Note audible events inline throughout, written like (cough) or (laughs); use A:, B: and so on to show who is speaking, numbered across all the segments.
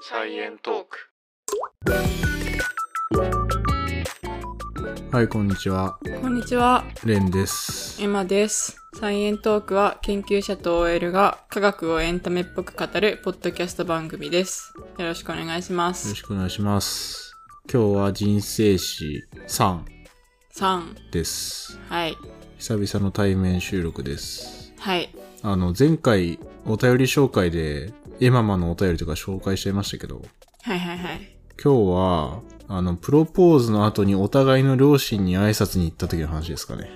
A: サイエントーク。
B: はい、こんにちは。
A: こんにちは、
B: レンです。
A: エマです。サイエントークは研究者と OL が科学をエンタメっぽく語るポッドキャスト番組です。よろしくお願いしま
B: よろ
A: す
B: し。くお願いします。今日は人生史3
A: 3、
B: です。
A: はい、
B: 久々の対面収録です。
A: はい、
B: あの、前回お便り紹介で、エママのお便りとか紹介しちゃいましたけど、
A: はいはいはい。
B: 今日は、あの、プロポーズの後にお互いの両親に挨拶に行った時の話ですかね。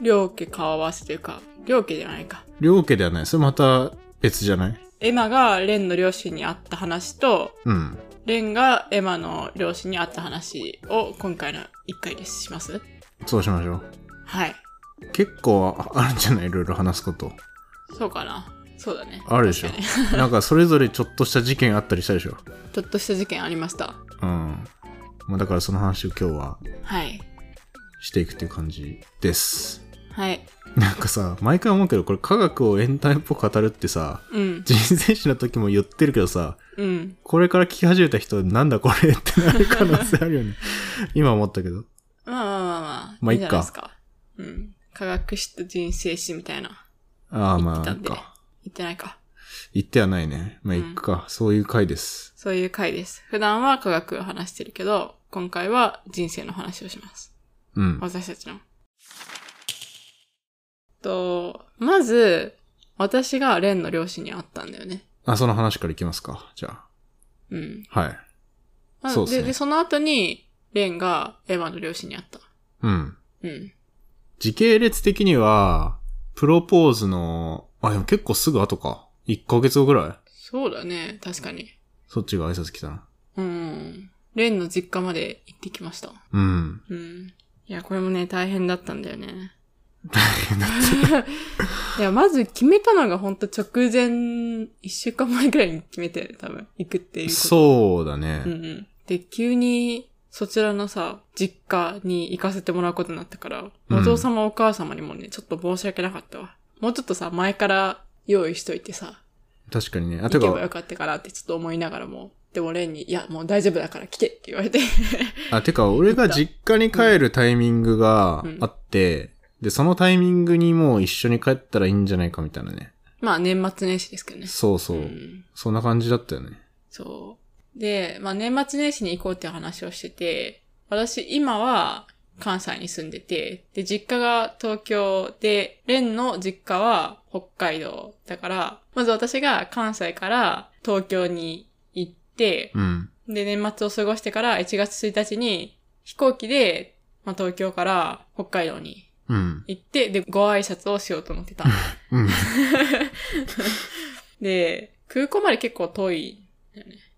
A: 両家顔合わせというか、両家じゃないか。
B: 両家ではない。それまた別じゃない
A: エマがレンの両親に会った話と、
B: うん。
A: レンがエマの両親に会った話を今回の1回です。します
B: そうしましょ
A: はい。
B: う。結構ああるんじゃないいろいろ話すこと。
A: そうかな。そうだね。
B: あるでしょ
A: 確かに。 (laughs)
B: なんかそれぞれちょっとした事件あったりしたでしょ。
A: ちょっとした事件ありました。
B: うん。まあだからその話を今日は
A: はい。
B: していくっていう感じです。
A: はい。
B: なんかさ、毎回思うけど、これ科学をエンタメっぽく語るってさ、
A: うん。
B: 人生史の時も言ってるけどさ、
A: うん。
B: これから聞き始めた人、なんだこれってなる可能性あるよ
A: (laughs)
B: ね。今思ったけど。
A: まあまあまあまあ。
B: まあいっか
A: いいんじゃないですか。うん。科学史と人生史みたいな。
B: ああ、ま
A: 言
B: あ、な
A: ってた
B: んん
A: で
B: か。
A: 言ってないか。
B: 言ってはないね。まあ、
A: うん
B: 行くか。そういう回です。
A: そういう回です。普段は科学を話してるけど、今回は人生の話をします。
B: うん。
A: 私たちの。と、まず、私がレンの両親に会ったんだよね。
B: あ、その話からいきますか。じゃ
A: うん。
B: あ。はい。
A: まあ
B: そうっすね
A: で、で、その後に、レンがエヴァの両親に会った。
B: うん。
A: うん。
B: 時系列的には、プロポーズの、あ、でも結構すぐ後か。1ヶ月後ぐらい
A: そうだね。確かに。
B: そっちが挨拶来たな。
A: うん。レンの実家まで行ってきました。
B: うん。
A: うん。いや、これもね、大変だったんだよね。いや、まず決めたのがほんと直前、一週間前くらいに決めて、多分、行くっていうこ
B: (laughs)
A: と。
B: そうだね。
A: うんうん。で、急に、そちらのさ、実家に行かせてもらうことになったから、
B: うん
A: お父様お母様にもね、ちょっと申し訳なかったわ。もうちょっとさ、前から用意しといてさ、
B: 確かにね。あ、
A: 行
B: て
A: けば
B: か、
A: よかったかなってちょっと思いながらも、でもレンに、いや、もう大丈夫だから来てって言われて。 (laughs)
B: あ、てか、俺が実家に帰るタイミングがあって、で、そのタイミングにもう一緒に帰ったらいいんじゃないかみたいなね。
A: まあ、年末年始ですけどね。
B: そうそう。
A: ん
B: そんな感じだったよね。
A: そう。で、まあ、年末年始に行こうって話をしてて、私、今は関西に住んでて、で、実家が東京で、レンの実家は北海道だから、まず私が関西から東京に行って、
B: うん。
A: で、年末を過ごしてから1月1日に飛行機で、まあ、東京から北海道に
B: うん。
A: 行って、で、ご挨拶をしようと思ってた。
B: うん。 (laughs)
A: で、空港まで結構遠い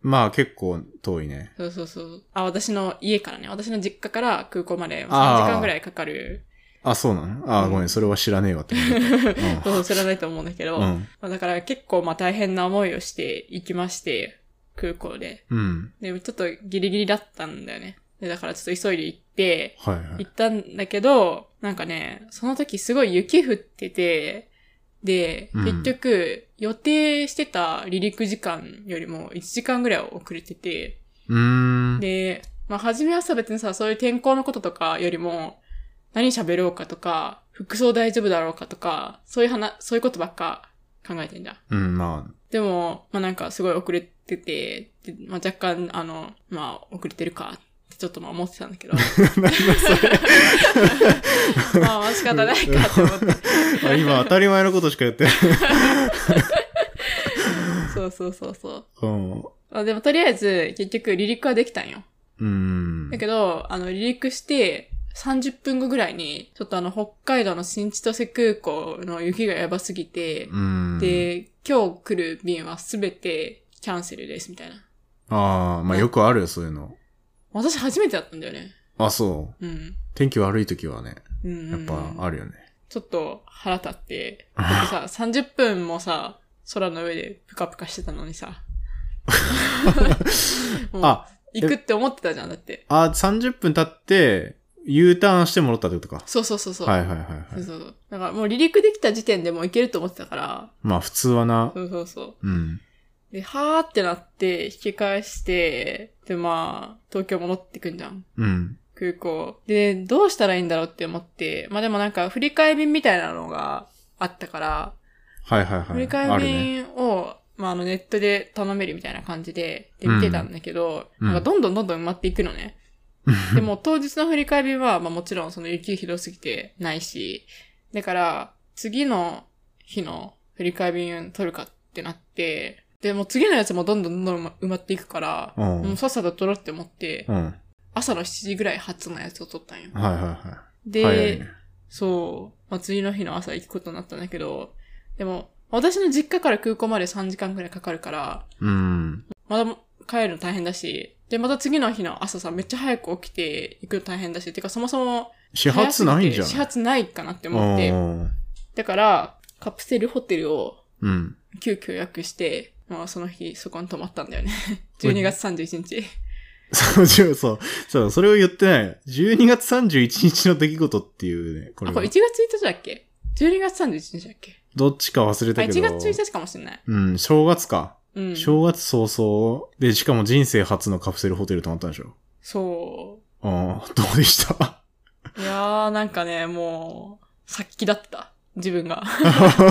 B: まあ、結構遠いね。
A: そうそうそう。あ、私の家からね。私の実家から空港まで3時
B: あー
A: 間ぐらいかかる。
B: あ、そうなのあ、
A: うん
B: ごめん、それは知らねえわって思った
A: そう、知らないと思うんだけど。
B: う
A: (laughs)
B: ん。う
A: ま
B: ん。
A: あだから結構まあ大変な思いをして行きまして、空港で。
B: うん。
A: で、ちょっとギリギリだったんだよね。で、だからちょっと急いで行って、
B: はいはい
A: 行。ったんだけど、なんかね、その時すごい雪降ってて、で、
B: うん
A: 結局、予定してた離陸時間よりも1時間ぐらい遅れてて、
B: うーん。
A: で、まあ、初めはさ、別にさ、そういう天候のこととかよりも、何喋ろうかとか、服装大丈夫だろうかとか、そういう話、そういうことばっか考えてんだ。
B: うん、まあ、
A: でも、まあ、なんかすごい遅れてて、でまあ、若干、あの、まあ、遅れてるか、ってちょっとまあ思ってたんだ
B: (laughs)
A: けど。まあ、まあ仕方ないかって思って。
B: あ今当たり前のことしかやってない。 (laughs)
A: そうそうそうそう。
B: うん。
A: まあ、でも、とりあえず、結局、離陸はできたんよ。
B: うん
A: だ。けど、あの、離陸して、30分後ぐらいに、ちょっとあの、北海道の新千歳空港の雪がやばすぎて、
B: うん、
A: で、今日来る便はすべてキャンセルです、みたいな。
B: ああ、まあよくあるよ、そういうの。
A: 私初めてだったんだよね。
B: あ、そう。
A: うん。
B: 天気悪い時はね、
A: うん、
B: やっぱあるよね。
A: ちょっと腹立
B: (laughs)
A: って。だってさ、30分もさ、空の上でプカプカしてたの
B: (laughs)
A: にさ。もう
B: あ、
A: 行くって思ってたじゃん、だって。
B: あ、30分経って、 U ターンして戻ったってことか。
A: そうそうそうそう。
B: はいはいはい、はい。
A: そうそうそう。だからもう離陸できた時点でもう行けると思ってたから、
B: まあ普通はな。
A: そうそうそう。
B: うん。
A: で、はーってなって、引き返して、で、まあ、東京戻ってくんじゃん。
B: うん。
A: 空港。で、どうしたらいいんだろうって思って、まあでもなんか、振り替え便みたいなのがあったから、
B: はいはいはい。
A: 振り
B: あ
A: 替え
B: るね。
A: 便を、まああの、ネットで頼めるみたいな感じで、で、
B: うん
A: 見てたんだけど、
B: うん
A: なんかどんどんどんどん埋まっていくのね。
B: (laughs)
A: でも、当日の振り替え便は、まあもちろんその雪ひどすぎてないし、だから、次の日の振り替え便取るかってなって、で、もう次のやつもどんどんどんどん埋まっていくから、
B: う。
A: もうんさっさと取ろうって思って
B: う、ん。はい
A: 朝の7時ぐらい発のやつを取ったんよ。
B: はいは
A: で、
B: い。早いね。
A: そう、まあ、次の日の朝行くことになったんだけど、でも、私の実家から空港まで3時間くらいかかるから、
B: うん。
A: まだ帰るの大変だし、で、また次の日の朝さ、めっちゃ早く起きて行くの大変だし、てかそもそも、
B: 始発ないんじゃん。
A: 始発ないかなって思って、だから、カプセルホテルを
B: うん。
A: 急遽予約して、まあその日そこに泊まったんだよね。12月31日。
B: そう、そう、そう、そう、それを言ってない。12月31日の出来事っていうね、これは。
A: あ、これ1月1日だっけ ?12 月31日だっけ
B: どっちか忘れ
A: あ、
B: たけど。
A: 1月1日かもしれない。
B: うん、正月か。
A: うん。
B: 正月早々。で、しかも人生初のカプセルホテル泊まったんでしょ。
A: そ
B: ああ、どうでした
A: (laughs) う。いやー、なんかね、もう、殺気だった。自分が。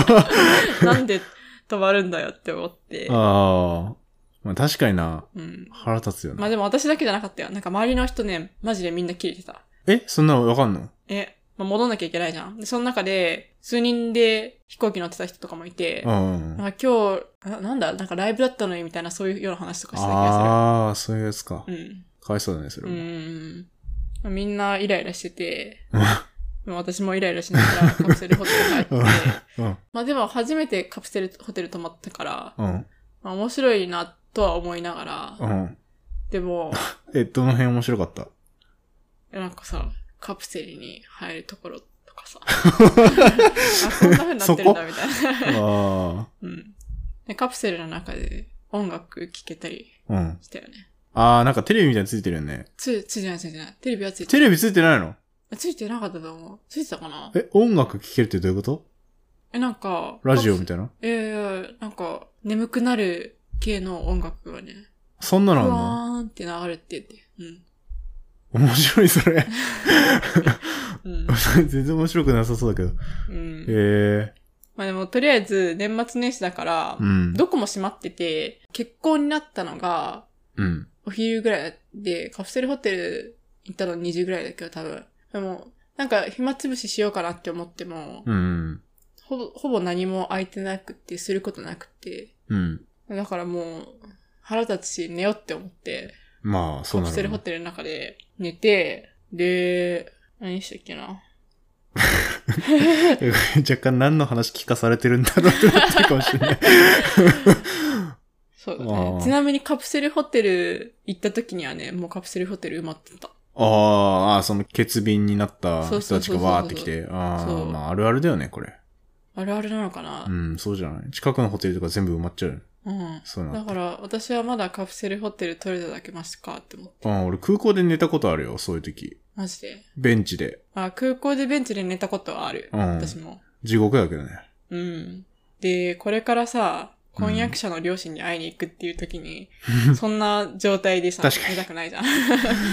A: (laughs) なんで止まるんだよって思って。
B: (laughs) ああ。まあ確かにな、
A: うん。
B: 腹立つよ
A: まあ
B: な。
A: でも私だけじゃなかったよ。なんか周りの人ね、マジでみんな切れてた。
B: え、そんなのわかんの
A: え、まあ、戻んなきゃいけないじゃん。で、その中で、数人で飛行機乗ってた人とかもいて、
B: うん。
A: なんか今日あ、なんだ、なんかライブだったのにみたいなそういうような話とかしてた気が
B: ああ、そういうやつか
A: す。る。
B: かわいそうだね、それ
A: うん。う
B: も。
A: ん。まあみんなイライラしてて、でも私もイライラしながらカ (laughs) プセルホテルに入って、
B: (laughs) うん。
A: まあでも初めてカプセルホテル泊まったから、
B: うん。
A: まあ面白いなとは思いながら、
B: うん。
A: でも、
B: え、どの辺面白かった
A: なんかさ、カプセルに入るところとか
B: (laughs)
A: さ、あこんな風になってるんだみたいな。
B: あ
A: うんで。カプセルの中で音楽聴けたり
B: あ。うん。
A: したよね。
B: ああ、なんかテレビみたいについてるよね。
A: つ、ついてないついてない。テレビはついて
B: テレビついてないの
A: あついてなかったと思う。ついてたかな
B: え、音楽聴けるってどういうこと
A: え、なんか、
B: ラジオみ
A: カプセ
B: たいな
A: ルいやいやいや、なんか、眠くなる系の音楽がね、
B: そんな
A: ふ
B: のあんの
A: わーんって流れてて。うん。
B: 面白いそれ。 (laughs)
A: うん。
B: 全然面白くなさそうだけど。
A: うん。
B: え
A: まあでも、とりあえず、年末年始だから、
B: えうん。
A: どこも閉まってて、結婚になったのが、
B: うん。
A: お昼ぐらいで、カプセルホテル行ったの2時ぐらいだけど、多分。でも、なんか、暇つぶししようかなって思っても、
B: うん。
A: ほぼ、ほぼ何も空いてなくて、することなくて。
B: うん。
A: だからもう、腹立つし、寝ようって思って、
B: まあ、そう
A: カ
B: な
A: プ
B: の、
A: セルホテルの中で寝て、で、何したっけな。
B: (laughs) 若干何の話聞かされてるんだろうって思ってるかもしれない。 (laughs)
A: そうだ
B: あ
A: ね。
B: ー
A: ちなみにカプセルホテル行った時にはね、もうカプセルホテル埋まってた。
B: あーあー、その欠便になった人たちがわーってきて。あ
A: そ
B: あ、
A: う
B: まあ、あるあるだよね、これ。
A: あるあるなのかな
B: う、ん、そうじゃない。近くのホテルとか全部埋まっちゃうよね。
A: うん、
B: そうな
A: だ
B: ん
A: か
B: だ。
A: ら、私はまだカプセルホテル取れただけましたかって思って。
B: うん、俺空港で寝たことあるよ、そういう時。
A: マジで。
B: ベンチで。
A: あ、空港でベンチで寝たことはある。
B: うん
A: 私も。
B: 地獄だけどね。
A: うん。で、これからさ、婚約者の両親に会いに行くっていう時に、そんな状態でさ、
B: 確かに
A: 寝たくないじゃん。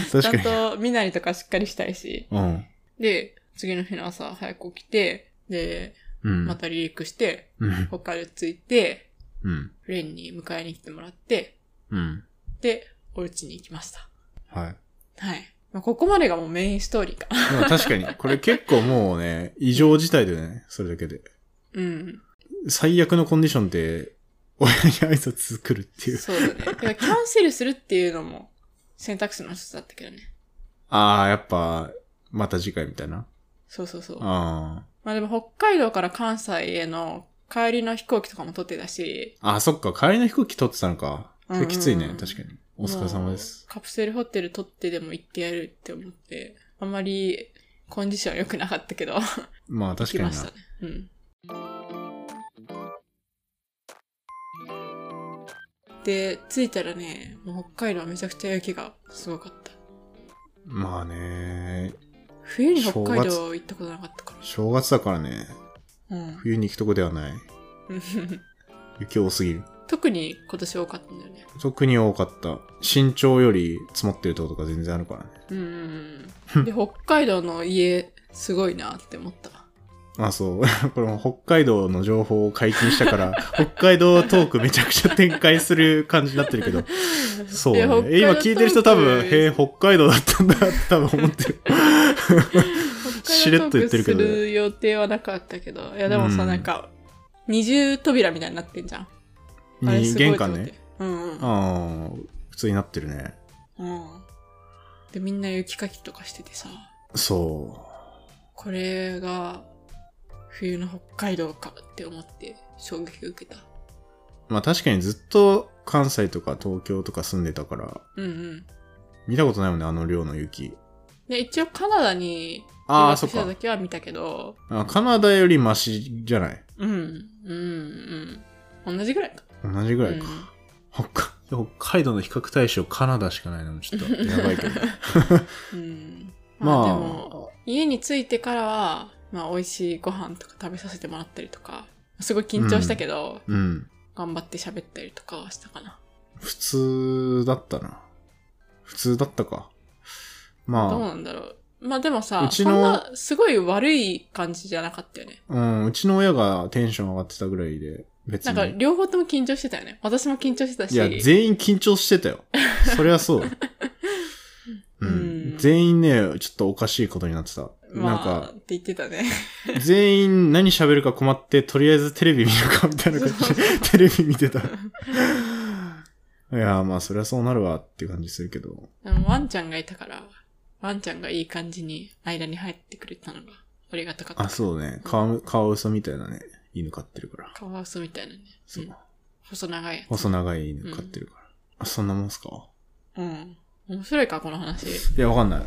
B: 確
A: ちゃ
B: か
A: ん
B: に。
A: と身なりとかしっかりしたいし。
B: うん。
A: で、次の日の朝早く起きて、で、
B: うん。
A: また離陸して、
B: うん。
A: 北海道着いて、
B: うん。
A: フレンに迎えに来てもらって、
B: うん。
A: で、お家に行きました。
B: はい。
A: (laughs) はい。まあ、ここまでがもうメインストーリーかな。
B: でも確かに、これ結構もうね、異常事態だよね、それだけで。
A: うん。
B: 最悪のコンディションで、親に挨拶来るっていう。
A: そうだね。てかキャンセルするっていうのも選択肢の一つだったけどね。
B: ああ、やっぱ、また次回みたいな。
A: そうそうそう。
B: あ
A: まあでも北海道から関西への帰りの飛行機とかも取ってたし。
B: あ。あ、そっか、帰りの飛行機取ってたのか。それきついね、
A: うんうん
B: 確かに。お疲れ様です
A: も。うカプセルホテル取ってでも行ってやるって思って、あんまりコンディション良くなかったけど、
B: まあ確
A: 来
B: か
A: ま
B: に
A: した
B: な
A: ね。。うん。で、着いたらね、もう北海道はめちゃくちゃ雪がすごかった。
B: まあね、
A: 冬に北海道行ったことなかったか
B: 正月だからね、
A: ら。うん。
B: 冬に行くとこではない。雪多すぎる。
A: 特に今年多かったんだよね。
B: 特に多かった。身長より積もってるとことか全然あるからね。
A: うんうんうん。で、北海道の家、すごいなって思った。
B: あ、そう。 (laughs) これも北海道の情報を解禁した
A: (laughs)
B: から、北海道トークめちゃくちゃ展開する感じになってるけど。そう、ね
A: いや北。海
B: え
A: 道
B: 今聞いてる人多分、
A: トーク
B: へえ、北海道だったんだって多分思って
A: (laughs)
B: る。しれっと言ってるけど
A: 北海道トークする予定はなかったけど。いや、でもさ、
B: うん
A: なんか、二重扉みたいになってんじゃん。あれ
B: に
A: すごい
B: 玄
A: と思
B: 関
A: って
B: ね。。
A: うんうん。
B: ああ、普通になってるね。
A: うん。で、みんな雪かきとかしててさ、
B: そ
A: これが冬の北海道かって思って衝撃を受けた。
B: う。まあ確かにずっと関西とか東京とか住んでたから、
A: うんうん。
B: 見たことないもんね、あの量の雪。
A: で、一応カナダに
B: あ
A: 留
B: あ、そ
A: 学
B: っ
A: した
B: か。
A: 時は見たけど、
B: あカナダよりマシじゃない
A: うん、うん、うん。同じぐらいか。
B: 同じぐらいか。
A: うん
B: 北海北海道の比較対象カナダしかないのもち
A: (laughs)
B: ょっとやばいけど。
A: うん。まあ、で
B: ま
A: も、
B: あ、
A: 家に着いてからは、まあ、美味しいご飯とか食べさせてもらったりとか、すごい緊張したけど、
B: うん。
A: 頑張って喋ったりとかはしたかな。
B: 普通だったな。普通だったか。
A: どう
B: ま
A: なんだろう。まあでもさ、
B: うちの
A: そんな、すごい悪い感じじゃなかったよね。
B: あ、うん、うちの親がテンション上がってたぐらいで、別
A: なんか、
B: に。
A: 両方とも緊張してたよね。私も緊張してたし。
B: いや、全員緊張して
A: (laughs)
B: たよ。そりゃそう。う
A: うん
B: ん、全員ね、ちょっとおかしいことになってた。
A: ま
B: な
A: あ、
B: んか
A: っ、て言ってたね。
B: 全員何喋るか困って、とりあえずテレビ見るかみたいな感じで、テレビ見てた。いや、まあ、そりゃそうなるわっていう感じするけど。
A: でもワンちゃんがいたから、ワンちゃんがいい感じに間に入ってくれたのが、ありがたかった。
B: あ、そうね。カワカワウソみたいなね、犬飼ってるから。
A: カワウソみたいなね。
B: そう
A: うん。細長いや
B: 細長い犬飼ってるから。あ、そんなもんすか
A: つ。うん。面白いか、この話。
B: いや、わかんない。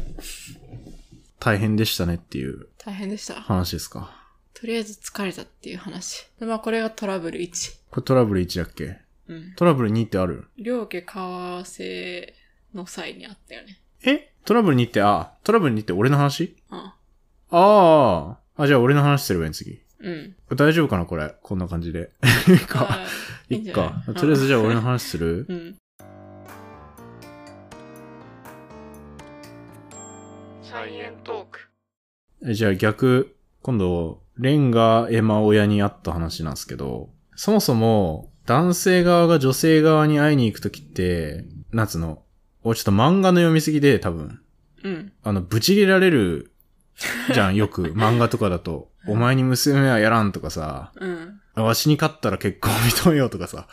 B: 大変でしたねっていう
A: 大変でした。
B: 話ですか。
A: とりあえず疲れたっていう話。でまあ、これがトラブル1。
B: これトラブル1だっけ
A: うん。
B: トラブル2ってある
A: 両家顔合わせの際にあったよね。
B: えトラブル2って、あ、トラブル2って俺の話
A: うん。
B: ああ。あ、じゃあ俺の話すればいいの次。
A: うん。
B: 大丈夫かなこれ。こんな感じ
A: (laughs)
B: で。いいか。
A: あー
B: い
A: んじ
B: っ
A: ゃな
B: か。とりあえずじゃあ俺の話する
A: うん。サイエントーク。
B: えじゃあ逆、今度、レンがエマ親に会った話なんですけど、そもそも、男性側が女性側に会いに行くときって、なんつうの、俺ちょっと漫画の読みすぎで多分、
A: うん。
B: あの、ブチ切れられるじゃ
A: (laughs)
B: ん、よく。漫画とかだと。お前に娘はやらんとかさ、
A: うん。
B: わしに勝ったら結婚認めようとかさ。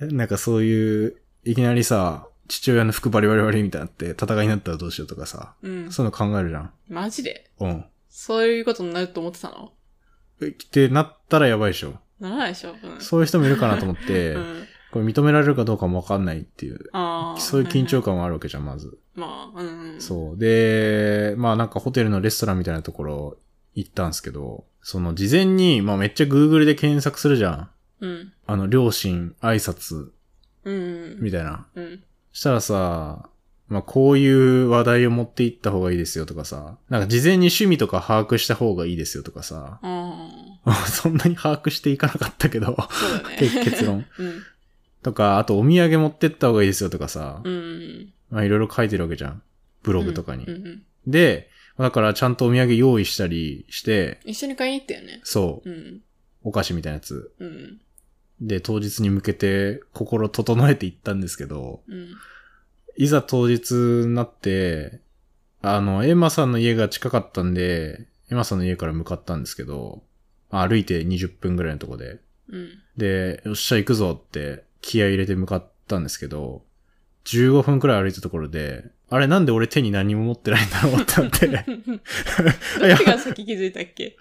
A: う
B: (laughs)
A: ん。
B: なんかそういう、いきなりさ、父親の服バリバリバリみたいになって、戦いになったらどうしようとかさ、
A: う
B: (laughs)
A: ん。
B: そういうの考えるじゃん。
A: マジで
B: うん。
A: そういうことになると思ってたの
B: えってなったらやばいでしょ。
A: ならないでしょうん。
B: そういう人もいるかなと思って、
A: (laughs) うん。
B: これ認められるかどうかもわかんないっていう、
A: ああ。
B: そういう緊張
A: 感。
B: 感もあるわけじゃん、まず。
A: まあ、うん。
B: そう。で、まあなんかホテルのレストランみたいなところ行ったんですけど、その事前に、まあめっちゃ Google で検索するじゃん。
A: う。うん。
B: あの、両親、挨拶、
A: うん。
B: みたいな。
A: うん。
B: したらさ、まあ、こういう話題を持っていった方がいいですよとかさ、なんか事前に趣味とか把握した方がいいですよとかさ、 (laughs)
A: あ
B: そんなに把握していかなかったけ
A: (laughs)
B: ど、
A: あ。そうだね。
B: (laughs) 結結。論。
A: うん。
B: とか、あとお土産持ってった方がいいですよとかさ
A: う、ん。
B: まあ、いろいろ書いてるわけじゃん。ブログとかに。
A: うんうん。
B: で、だからちゃんとお土産用意したりして、
A: 一緒に買いに行ったよね。
B: そう
A: う、ん。
B: お菓子みたいなやつ。
A: うん。
B: で、当日に向けて心整えていったんですけど、
A: うん。
B: いざ当日になって、あの、エマさんの家が近かったんで、エマさんの家から向かったんですけど、まあ歩いて20分ぐらいのとこで。
A: うん。
B: で、よっしゃ行くぞって気合い入れて向かったんですけど、15分くらい歩いたところで、あれなんで俺手に何も持ってないんだろうってな
A: (laughs)
B: って。い
A: ど
B: や
A: っちが先気づいたっけ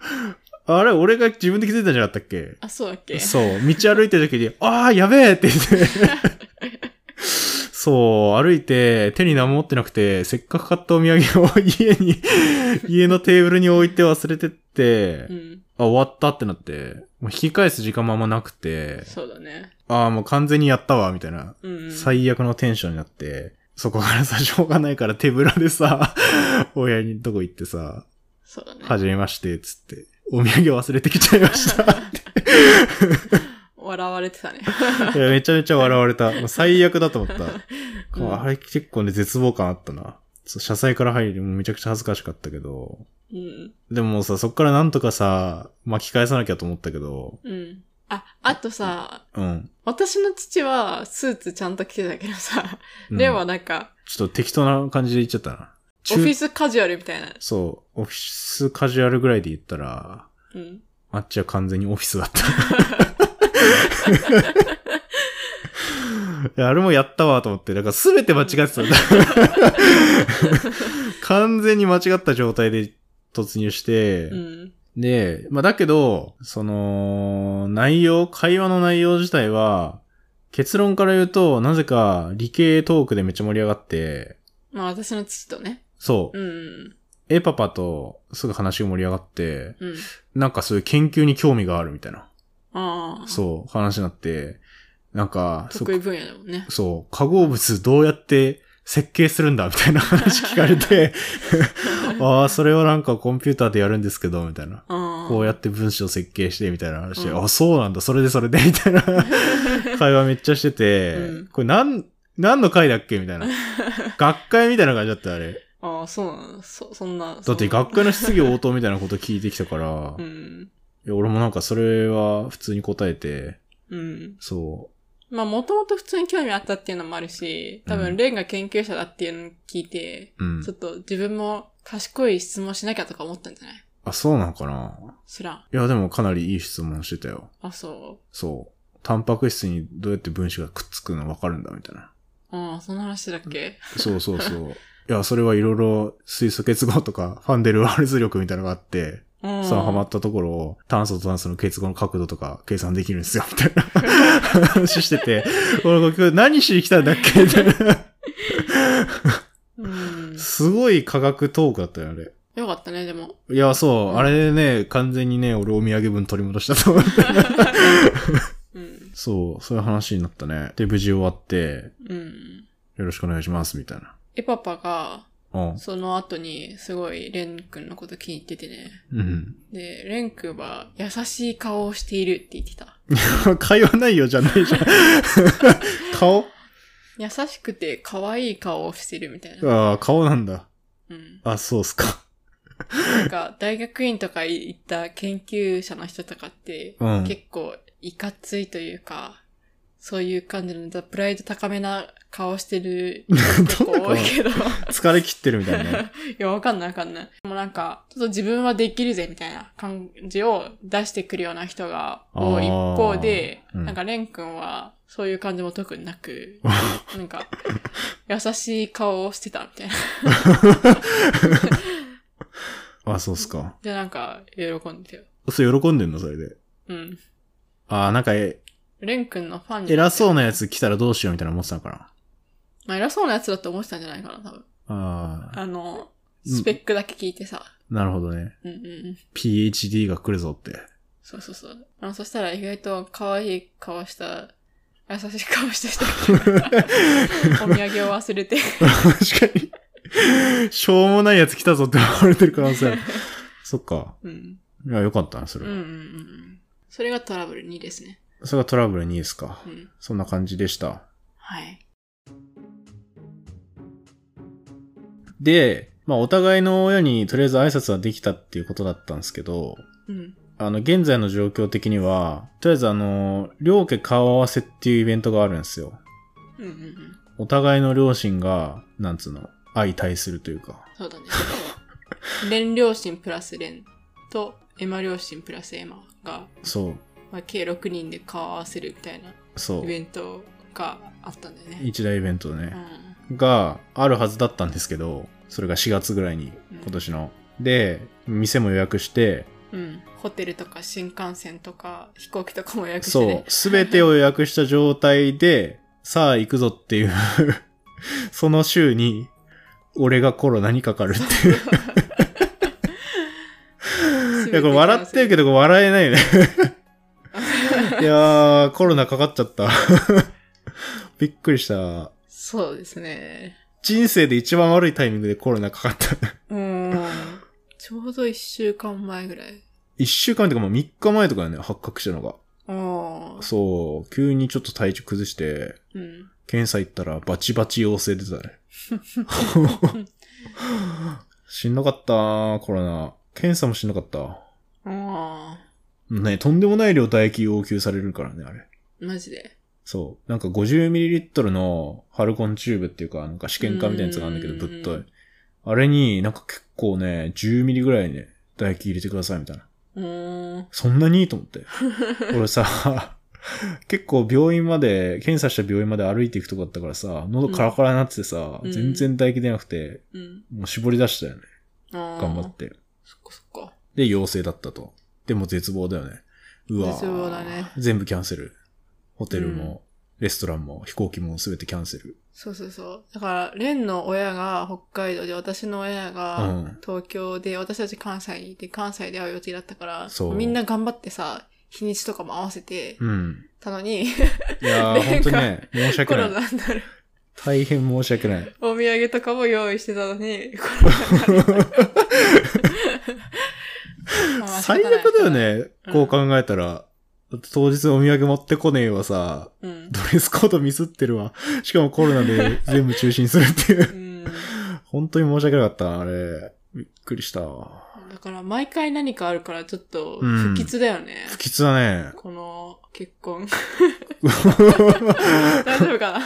B: あれ俺が自分で気づいたんじゃなかったっけ
A: あ、そうだっけ
B: そう、道歩いてる時に、 (laughs) ああ、やべえって言って。
A: (laughs)
B: そう、歩いて、手に何も持ってなくて、せっかく買ったお土産を家
A: (laughs)
B: に、家のテーブルに置いて忘れてって、
A: うん。
B: あ、終わったってなって、もう引き返す時間もあんまなくて、
A: そうだね。
B: ああ、もう完全にやったわ、みたいな、
A: うん。
B: 最悪のテンションになって、そこからさ、しょうがないから手ぶらで
A: (laughs)
B: さ、親にとこ行ってさ、
A: そうだね。
B: はじめまして、つって、お土産忘れてきちゃいました。
A: 笑われて
B: (laughs)
A: たね。
B: いや、めちゃめちゃ笑われた。もう最悪だと思った。
A: (laughs) うん
B: あれ結構ね、絶望感あったな。そう、車載から入り、もうめちゃくちゃ恥ずかしかったけど。
A: うん。
B: でももうさ、そっからなんとかさ、巻き返さなきゃと思ったけど、
A: うん。あ、あとさ、
B: うん。
A: 私の父はスーツちゃんと着てたけどさ、
B: うん
A: レンはなんか、
B: ちょっと適当な感じで言っちゃったな。
A: オフィ
B: ス
A: スカジュアルみたいな。
B: そう、オフィスカジュアルぐらいで言ったら、
A: うん。
B: あっちは完全にオフィスだった。いやあれもやったわと思って、だから全て間違ってたんだ。完全に間違った状態で突入して、
A: うん。
B: で、まあだけど、その、内容、会話の内容自体は、結論から言うと、なぜか理系トークでめっちゃ盛り上がって、
A: まあ私の父とね。
B: そう、
A: うん。
B: エパパとすぐ話が盛り上がって、
A: うん。
B: なんかそういう研究に興味があるみたいな、
A: ああ。
B: そう、話になって、なんか、そ
A: 得意分野だもんね。
B: そう、化合物どうやって設計するんだみたいな話聞かれ
A: (laughs)
B: て、ああ、それはなんかコンピューターでやるんですけど、みたいな。
A: ああ。
B: こうやって文章設計してみたいな話で、
A: うん
B: あ、そうなんだ、それでそれで、みたい
A: (laughs)
B: な会話めっちゃしてて、
A: うん
B: これなん、何の会だっけみたいな。学会みたいな感じだったよ、あれ。
A: ああ、そうなのそ、そんな。
B: だって
A: そんな
B: 学会の質疑応答みたいなこと聞いてきたから、
A: う
B: い
A: ん。
B: や俺もなんかそれは普通に答えて、
A: うん。
B: そ
A: まあ、もともと普通に興味あったっていうのもあるし、多
B: うん
A: 分、レンが研究者だっていうのを聞いて、
B: う、うん
A: ちょ。っと自分も賢い質問しなきゃとか思ったんじゃない
B: あ、そうなのかな
A: 知らん。
B: いや、でもかなりいい質問してたよ。
A: あ、そ
B: そう。タンパク質にどうやって分子がくっつくの分かるんだ、みたいな。
A: う。ああ、そんな話だっけ、
B: そうそうそう。
A: (laughs)
B: いや、それはいろいろ水素結合とか、ファンデルワールズ力みたいなのがあって、
A: うん、
B: そのハマったところを炭素と炭素の結合の角度とか計算できるんですよ、みたい
A: (laughs)
B: な話してて、俺今日何しに来たんだっけみたいな。
A: うん。
B: すごい科学トークだったよ、あれ。
A: よかったね、
B: (laughs)
A: でも。
B: いや、そう、
A: うん
B: あれでね、完全にね、俺お土産分取り戻したと思って。
A: うん。
B: そう、そういう話になったね。で、無事終わって、
A: うん。
B: よろしくお願いします、みたいな。
A: エパパが、
B: うん。
A: その後に、すごい、レン君のこと気に入っててね。
B: うん。 (laughs)
A: で、レン君は、優しい顔をしているって言ってた。
B: 会話内容じゃないじゃん。 (laughs) 顔
A: 優しくて、可愛い顔をしてるみたいな。
B: ああ、顔なんだ。
A: うん。
B: あ、そうっすか。
A: なんか、大学院とか行った研究者の人とかって、
B: うん
A: 結構、いかついというか、そういう感じの、プライド高めな顔してる人結構多いけど。い
B: 疲れ切ってるみたいな (laughs) ね。
A: や、わかんないわかんない。でもなんか、ちょっと自分はできるぜみたいな感じを出してくるような人が多い一方で、
B: あーうん
A: なんか、レン君は、そういう感じも特になく、
B: (laughs)
A: なんか、優しい顔をしてたみたいな。
B: あ、そうっすか。
A: で、なんか、喜んでたよ。
B: それ喜んでんの、それで。
A: うん。
B: ああ、なんか、え
A: レン君のファンにな
B: 偉
A: って
B: そうなやつ来たらどうしようみたいな思ってたのか
A: まあ、偉そうなやつだと思ってたんじゃないかな、多分。
B: な。ああ、
A: あの、
B: うん
A: スペックだけ聞いてさ。
B: なるほどね。
A: うんうんうん。
B: PhD が来るぞ (laughs) って。
A: そうそうそう。あの、そしたら意外と可愛い顔した、優しい顔した人 (laughs) お土産を忘れて。
B: 確かに。しょうもないやつ来たぞって思われてる可能性ある。そっか。
A: うん。
B: いや、よかったな、そ
A: うん
B: れ
A: うんう
B: は。
A: んうん。それがトラブル2ですね。
B: それがトラブル2ですか。
A: うん。
B: そんな感じでした。
A: はい。
B: で、まあお互いの親にとりあえず挨拶はできたっていうことだったんですけど、
A: うん。
B: あの、現在の状況的には、とりあえずあの、両家顔合わせっていうイベントがあるんですよ。
A: うんうんうん。
B: お互いの両親が、なんつうの、相対するというか。
A: そ
B: (laughs)
A: うだね。レン両親プラスレンと、エマ両親プラスエマが、
B: そ
A: まあ、計6人で顔を合わせるみたいな
B: う、そ
A: イ
B: う。
A: ベントがあったんだよね。
B: 一大イベント
A: う
B: ね。
A: ん。
B: があるはずだったんですけど、それが4月ぐらいに、今年の。で、店も予約して、
A: うん、ホテルとか新幹線とか飛行機とかも予約して
B: そ
A: ね
B: う、。すべてを予約した状態で、さあ行くぞっていう、 (laughs) その週に、俺がコロナにかかるっていう。いや、これ笑ってるけ
A: ど。
B: ど、これ笑えないよね。いや (laughs) ー、コロナかかっちゃった。びっくりした。
A: そうですね。
B: 人生で一番悪いタイミングでコロナかかった。
A: うーん。ちょうど一週間前ぐらい。
B: 一週間とかもう3日前とかだね、発覚したのが。
A: ああ。
B: そう、急にちょっと体調崩して、
A: うん。
B: 検査行ったらバチバチ陽性出たね。
A: (laughs)
B: しんどかったーコロナ。検査もしんどかった。
A: ああ。
B: ね、とんでもない量唾液要求されるからね、あれ。
A: マジで。
B: そう。なんか 50ml のハルコンチューブっていうか、なんか試験管みたいなやつがあるんだけ
A: うんうん
B: ど、
A: うん
B: ぶっとい。あれになんか結構ね、10ml ぐらいね、唾液入れてくださいみたいな。
A: うーん。
B: そんなにと思
A: (laughs)
B: って。俺さ、結構病院まで、検査した病院まで歩いていくとこだったからさ、喉カラカラになっててさ、
A: うん
B: 全然唾液出なくて、
A: うん。
B: もう絞り出したよね。
A: ああ。
B: 頑張って。
A: そっかそっか。
B: で、陽性だったと。でも絶望だよね。うわぁ
A: 絶望だね
B: 全部キャンセル。ホテルも、レストランも、飛行機も全てキャンセル。
A: そうそうそう。だから、レンの親が北海道で、私の親
B: う
A: が
B: ん
A: 東京で、私たち関西にいて、関西で会う予定だったから、
B: そう
A: みんな頑張ってさ、日にちとかも合わせて (laughs)
B: うん。
A: たのに、
B: いやー、
A: な
B: ほ
A: ん
B: ん
A: か
B: とね、申し訳
A: コロ
B: ない。
A: ナになる。
B: 大変申し訳
A: (laughs)
B: ない。
A: お土産とかも用意してた
B: (laughs)
A: のに、コロナになるまあまあ仕方
B: 最
A: ない
B: 悪だよ。ね、
A: うん
B: こう考えたら。だって当日お土産持ってこねえわさ、
A: うん。
B: ドレスコードミスってるわ。しかもコロナで全部中止にするっていう
A: う。ん。
B: 本当に申し訳なかった、あれ。びっくりした。不
A: だから、毎回何かあるから、ちょっと、
B: うん
A: 不吉だよね。
B: 吉だ (laughs) ね。
A: この結婚。 (laughs) 大丈夫かな
B: い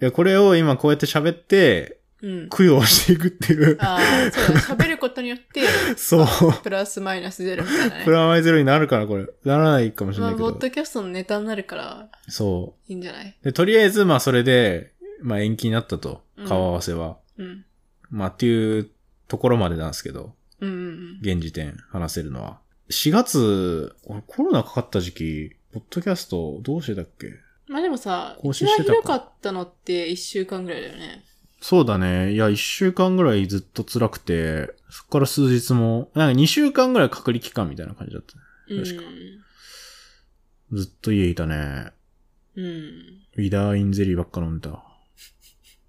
B: や、これを今こうやって喋って、
A: うん。
B: 供養していくっていう。
A: ああ、そうだ、
B: (laughs)
A: ね、喋ることによって、
B: そう。
A: プラスマイナスゼロみたいなね。
B: プラマイゼロになるから、これ。ならないかもしれ
A: ま
B: ない
A: あ、
B: け
A: ポ
B: ど
A: ッ。ドキャストのネタになるから、
B: そ。
A: いいんじゃないう
B: で、とりあえず、まあ、それで、まあ、延期になったと
A: う。ん
B: 顔合わせは。
A: うん。
B: まあ、っていうところまでなんですけど。
A: うんうん
B: 現時点話せるのは。4月、俺コロナかかった時期、ポッドキャストどうしてたっけ
A: うん。まあでもさ、
B: 更
A: 一
B: 新し
A: 番
B: て
A: ひ
B: たか
A: どかったのって一週間ぐらいだよね。
B: そうだね。いや、1週間ぐらいずっと辛くて、そっから数日も、なんか2週間ぐらい隔離期間みたいな感じだった。
A: うん。
B: 確かずっと家いたね。
A: うん。
B: ウィダーインゼリーばっか飲んだ。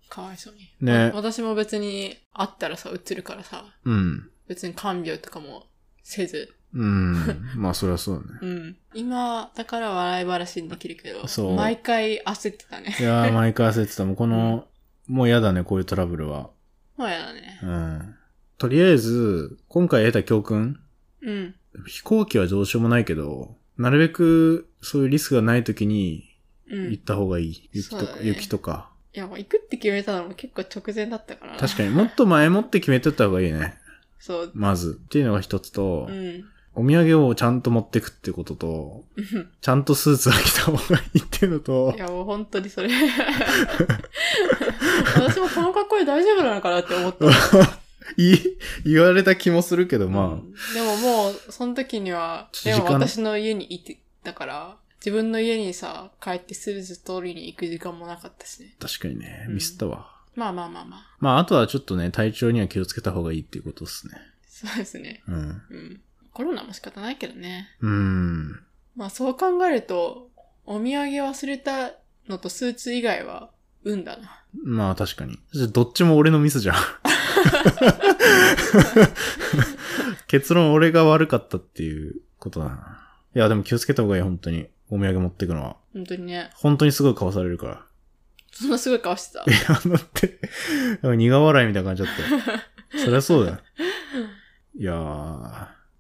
A: かわいそうに。
B: ね
A: わ私も別に、会ったらさ、うつるからさ、
B: うん。
A: 別に看病とかもせず。
B: うん。 (laughs) まあ、そりゃそうだね。
A: うん。今、だから笑い話にできるけど、
B: そう
A: 毎回焦ってたね。
B: いやー、毎回焦ってた。もうこの、もう嫌だね、こういうトラブルは。
A: もうやだね
B: う。ん。とりあえず、今回得た教訓
A: うん。
B: 飛行機はどうしようもないけど、なるべくそういうリスクがない時に
A: うん。
B: 行っ
A: い
B: た方がいい。雪と
A: そう
B: か、
A: だね
B: 雪とか。
A: や、もう行くって決めたのも結構直前だったから。
B: 確かにもっと前もって決めてった方がいいね。
A: そう。
B: まず。っていうのが一つと
A: う、ん。
B: お土産をちゃんと持ってくってことと、
A: うん
B: ちゃんとスーツは着た方がいいっていうのと
A: (laughs) い、や、もう本当にそれ。私もこの格好で大丈夫なのかなって思った。
B: いい、言われた気もするけど、(laughs)
A: う
B: ま
A: んでももう、その時には、
B: ちょっ
A: で
B: と時間
A: も私の家にいて、だから、自分の家にさ、帰ってスーツ取りに行く時間もなかったしね。
B: あ、確かにね、
A: うん
B: ミスったわ。
A: まあまあまあまあ。 (laughs)
B: まあ、あとはちょっとね、体調には気をつけた方がいいっていうことですね。
A: そうですね。
B: うん。
A: うん。コロナも仕方ないけどね。
B: うん。
A: まあそう考えると、お土産忘れたのとスーツ以外は、運だな。
B: まあ確かに。どっちも俺のミスじゃん。結論俺が悪かったっていうことだな。いやでも気をつけた方がいい、本当に。お土産持ってくのは。
A: 本当にね。
B: 本当にすごい顔されるから。 (laughs)
A: そんなすごい顔してた。
B: いや、だって、苦笑いみたいな感じだったよ。そりゃそうだよ。いやー。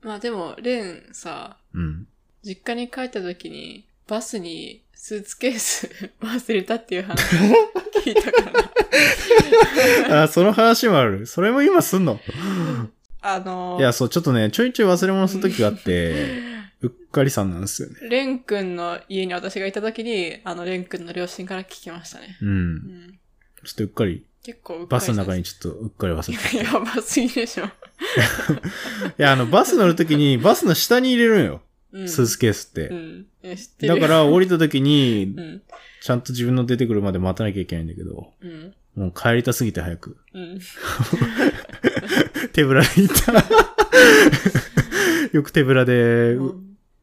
A: まあでも、レンさ、
B: うん。
A: 実家に帰った時に、バスにスーツケース (laughs) 忘れたっていう話
B: (laughs)
A: 聞いたからな。
B: あ、その話もある。それも今すんの。
A: あの
B: いや、そう、ちょっとね、ちょいちょい忘れ物する時があって、うっかりさんなんですよね。
A: レン君の家に私がいた時に、あの、レン君の両親から聞きましたね。
B: う。
A: うんん。
B: ちょっとうっかり。
A: 結構うっ
B: バ
A: かりし
B: ス
A: た
B: の中に。ちょっとうっかり忘れてた。
A: やばすぎでしょ。
B: いや、あの、バス乗るときに、バスの下に入れるのよ。
A: うん。
B: スーツケースっ
A: う
B: て。
A: ん。え知ってる
B: だか、ら、降りたときに
A: う、ん。
B: ちゃんと自分の出てくるまで待たなきゃいけないんだけど、
A: うん。
B: もう帰りたすぎて早く。
A: うん。
B: 手ぶらで行
A: (laughs)
B: った。よく手ぶらで、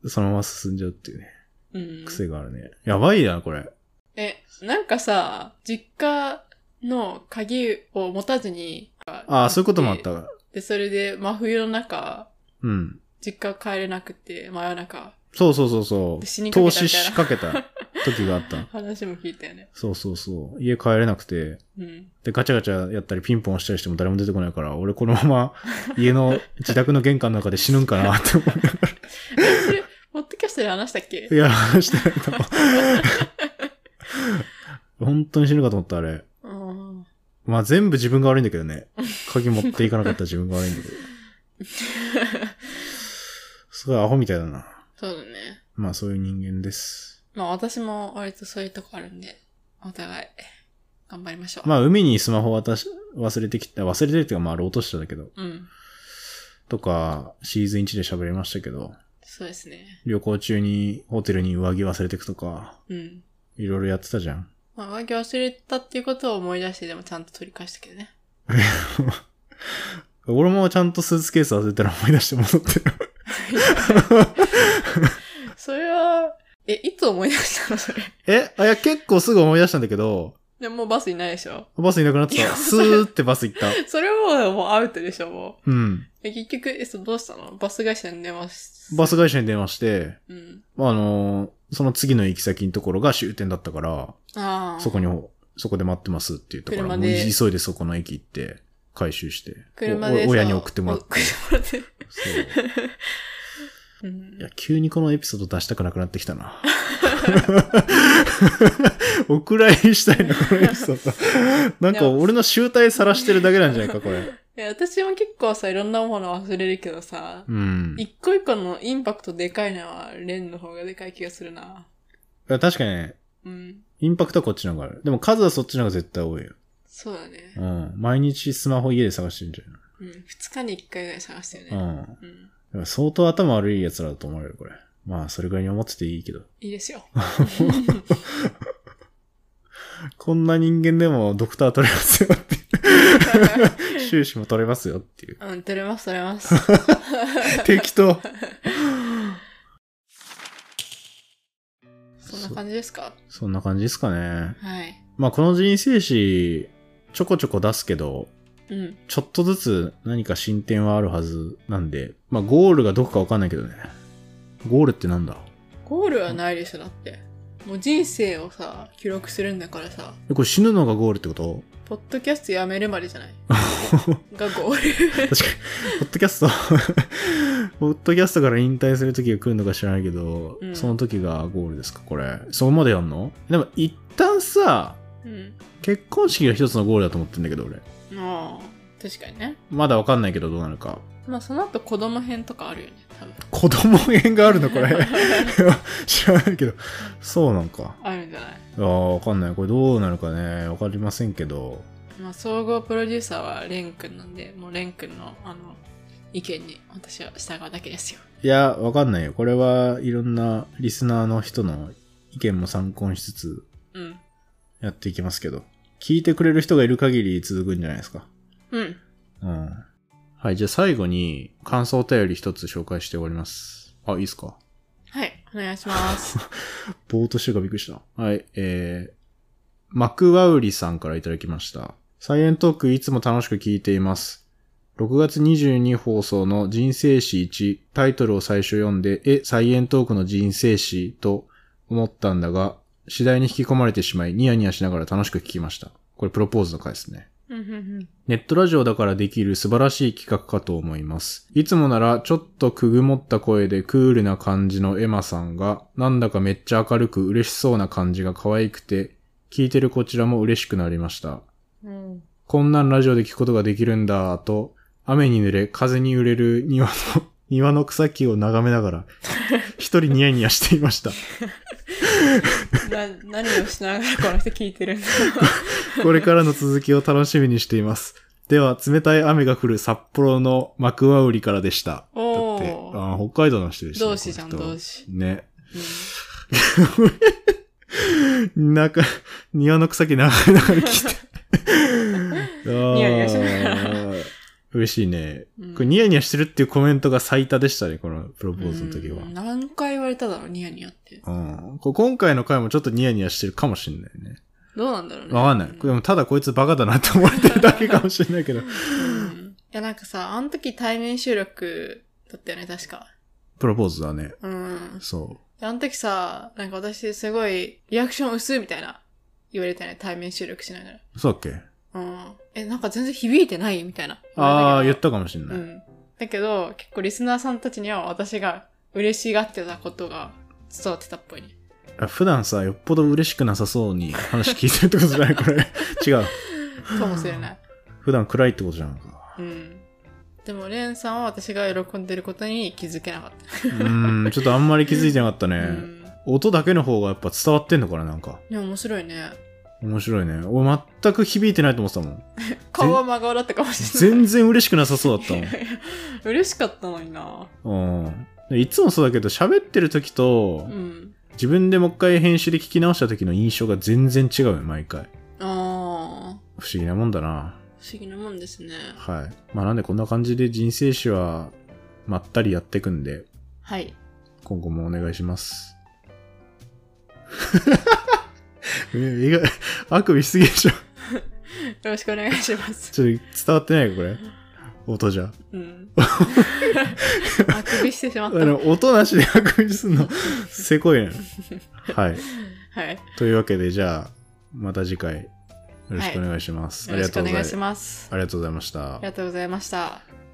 B: そのまま進んじゃうっていうね。
A: うん。
B: 癖があるね。やばいな、これ。
A: え、なんかさ、実家の鍵を持たずに、
B: ああ、そういうこともあった。
A: で、それで真冬の中、
B: うん。
A: 実家帰れなくて、真夜中、
B: そうそうそうそう。
A: 死にかけ
B: 投
A: たみたいな
B: 資しかけた時があった。
A: (laughs) 話も聞いたよね。
B: そうそうそう。家帰れなくて。
A: うん。
B: で、ガチャガチャやったりピンポン押したりしても誰も出てこないから、俺このまま家の自宅の玄関の中で死ぬんかなって思って。
A: それ、ポッドキャストで話したっ (laughs) け
B: いや、してないと思う。本当に死ぬかと思った、あれ。
A: うん。
B: まあ全部自分が悪いんだけどね。鍵持っていかなかった自分が悪いんだけど。すごいアホみたいだな。
A: (laughs) そうだね。
B: まあそういう人間です。
A: まあ私も割とそういうとこあるんで、お互い、頑張りましょう。
B: まあ海にスマホ渡し、忘れてきた、忘れてるっていうかまああれ落としたんだけど。
A: うん。
B: とか、シーズン1で喋りましたけど、
A: そうですね。
B: 旅行中にホテルに上着忘れてくとか、
A: うん。
B: いろいろやってたじゃん。
A: まあ、上着忘れたっていうことを思い出して、でもちゃんと取り返したけど
B: (laughs)
A: ね。
B: 俺もちゃんとスーツケース忘れたら思い出して戻ってる。
A: それは、え、いつ思い出したのそれ。
B: (laughs) えあ、いや、結構すぐ思い出したんだけど、
A: でももうバスいないでしょ
B: バスいなくなって
A: い
B: た。
A: や
B: スーってバス行った。
A: それはもうもうアウトでしょも
B: うん。
A: う。え、結局、え、そうどうしたのバス会社に電話し、
B: バス会社に電話して、
A: うん。
B: まああのーその次の行き先のところが終点だったから、
A: ああ。
B: そこに、そこで待ってますって言ったから、
A: 車
B: もう
A: で
B: 急いでそこの駅行って、回収して、
A: 車で
B: お
A: さ
B: お親に送ってもらって。
A: 送ってもらって
B: そう
A: (laughs) うん
B: いや、急にこのエピソード出したくなくなってきたな。お蔵入りしたいな、このエピソード。なんか俺の集大さらしてるだけなんじゃないか、これ。
A: いや、私も結構さ、いろんなもの忘れるけどさ、
B: うん。い
A: 一個一個のインパクトでかいのは、レンの方がでかい気がするな。
B: や確かにね、
A: うん。
B: インパクトはこっちの方がある。でも数はそっちの方が絶対多いよ。
A: そうだね。
B: うん。毎日スマホ家で探してるんじゃない
A: うん。二日に一回ぐらい探してる
B: う
A: ね。
B: ん。
A: うん。
B: だから相当頭悪い奴らだと思われる、これ。まあ、それぐらいに思ってていいけど。
A: いいです
B: (laughs)
A: よ。 (laughs)
B: こんな人間でもドクター取れますよ (laughs) っていう。修士も取れますよっていう。
A: うん、取れます、取れます。
B: 適当。
A: (laughs) そんな感じですか
B: そんな感じですかね。
A: はい。
B: まあ、この人生史、ちょこちょこ出すけど、
A: うん。
B: ちょっとずつ何か進展はあるはずなんで、まあ、ゴールがどこかわかんないけどね。ゴールってなんだ
A: ゴールはないでしょ、だって。もう人生をさ、記録するんだからさ、
B: えこれ死ぬのがゴールってこと (laughs)
A: ポッドキャストやめるまでじゃないがゴ
B: 確かに、
A: ール。
B: ポッドキャスト、 (laughs) ポッドキャストから引退する時が来るのか知らないけど、
A: うん
B: その時がゴールですか、これ。そこまでやんのでも、一旦さ、
A: うん。
B: 結婚式が一つのゴールだと思ってんだけど、俺。
A: ああ、確かにね。
B: まだわかんないけど、どうなるか。
A: まあ、その後子供編とかあるよね、多分。
B: 子供編があるの、こ
A: (laughs)
B: れ。知らないけど。そうなんか。
A: あるんじゃない
B: ああ、わかんない。これどうなるかね、わかりませんけど。
A: まあ、総合プロデューサーはレン君なんで、もうレン君の、あの、意見に私は従うだけですよ。
B: いや、わかんないよ。これはいろんなリスナーの人の意見も参考にしつつ、
A: うん。
B: やっていきますけど。聞いてくれる人がいる限り続くんじゃないですか。
A: うん。
B: うん。はい、じゃあ最後に感想お便り一つ紹介して終わります。あ、いいですか
A: はい、お願いします。
B: ぼーっとしてるからびっくりした。はい、えー、マクワウリさんからいただきました。サイエントークいつも楽しく聞いています。6月22放送の人生史1、タイトルを最初読んで、え、サイエントークの人生史と思ったんだが、次第に引き込まれてしまい、ニヤニヤしながら楽しく聞きました。これプロポーズの回ですね。
A: うんうんうん
B: ネットラジオだからできる素晴らしい企画かと思います。いつもならちょっとくぐもった声でクールな感じのエマさんが、なんだかめっちゃ明るく嬉しそうな感じが可愛くて、聞いてるこちらも嬉しくなりました。
A: うん。
B: こんなんラジオで聞くことができるんだ、と、雨に濡れ、風に揺れる庭の、 (laughs) 庭の草木を眺めながら、一人ニヤニヤしていました。
A: な、何をしながらこの人聞いてるんだ
B: これからの続きを楽しみにしています。では、冷たい雨が降る札幌の幕ワウリからでした。
A: おー
B: だってあー北海道の人でした、
A: 同志じゃん、
B: この人
A: 同志。
B: ね。
A: うん
B: なんか、 (laughs) 庭の草木流れながら
A: (laughs)
B: 聞いて。あー
A: ニヤニヤしなが
B: 嬉しいね。
A: うん
B: これニヤニヤしてるっていうコメントが最多でしたね、このプロポーズの時は
A: う。ん何回言われただろう、ニヤニヤって。
B: うん、こう今回の回もちょっとニヤニヤしてるかもしんないね。
A: どうなんだろうね。
B: わかんない。でもただこいつバカだなって思われてるだけかもしれないけど。
A: うんいや、なんかさ、あの時対面収録だったよね、確か。
B: プロポーズだね。
A: うん。
B: そ
A: であの時さ、なんか私すごいリアクション薄いみたいな言われたよね、対面収録しながら。
B: う。そうだっけ
A: うん。え、なんか全然響いてないみたいな。
B: ああ、言
A: 言わ
B: っ
A: れ
B: たかもしれ
A: たけ
B: な
A: ど
B: い。
A: うん。だけど、結構リスナーさんたちには私が嬉しがってたことが伝わってたっぽいね。
B: あ普段さ、よっぽど嬉しくなさそうに話聞いてるってことじゃないこれ。違う。
A: かもしれない。
B: 普段暗いってことじゃんか。
A: うん。でも、レンさんは私が喜んでることに気づけなかっ
B: うーん、ちょっとあんまり気づいてなかったね。
A: た。うん。
B: 音だけの方がやっぱ伝わってんのかななんか。
A: でも面白いね。
B: 面白いね。俺全く響いてないと思ってたも (laughs) ん。
A: 顔は真顔だったかもしれない。
B: 全然嬉しくなさそうだったもん。
A: (laughs) 嬉しかったのにな。
B: (laughs) うん。いつもそうだけど、喋ってる時と
A: う、ん。
B: 自分でもう一回編集で聞き直した時の印象が全然違うよ、毎回。
A: ああ、
B: 不思議なもんだな。
A: 不思議なもんですね。
B: はい。まあなんでこんな感じで人生史は、まったりやってくんで、
A: はい。
B: 今後もお願いします。 (laughs) え意外あくびしすぎでしょ。
A: よろしくお願いします。
B: ちょっと伝わってないか、これ。音じゃ。 (laughs)
A: うん。あくびしてしま
B: あ
A: った。は
B: の、音なしであくびすんの、せこいね。はい。
A: い。
B: というわけで、じゃあ、また次回、よろしくお願いします。
A: よ
B: あり
A: ろ
B: が
A: しく
B: と
A: お
B: うございま
A: 願い
B: す
A: し。ます。
B: ありがとうございました
A: あり。がとうございました。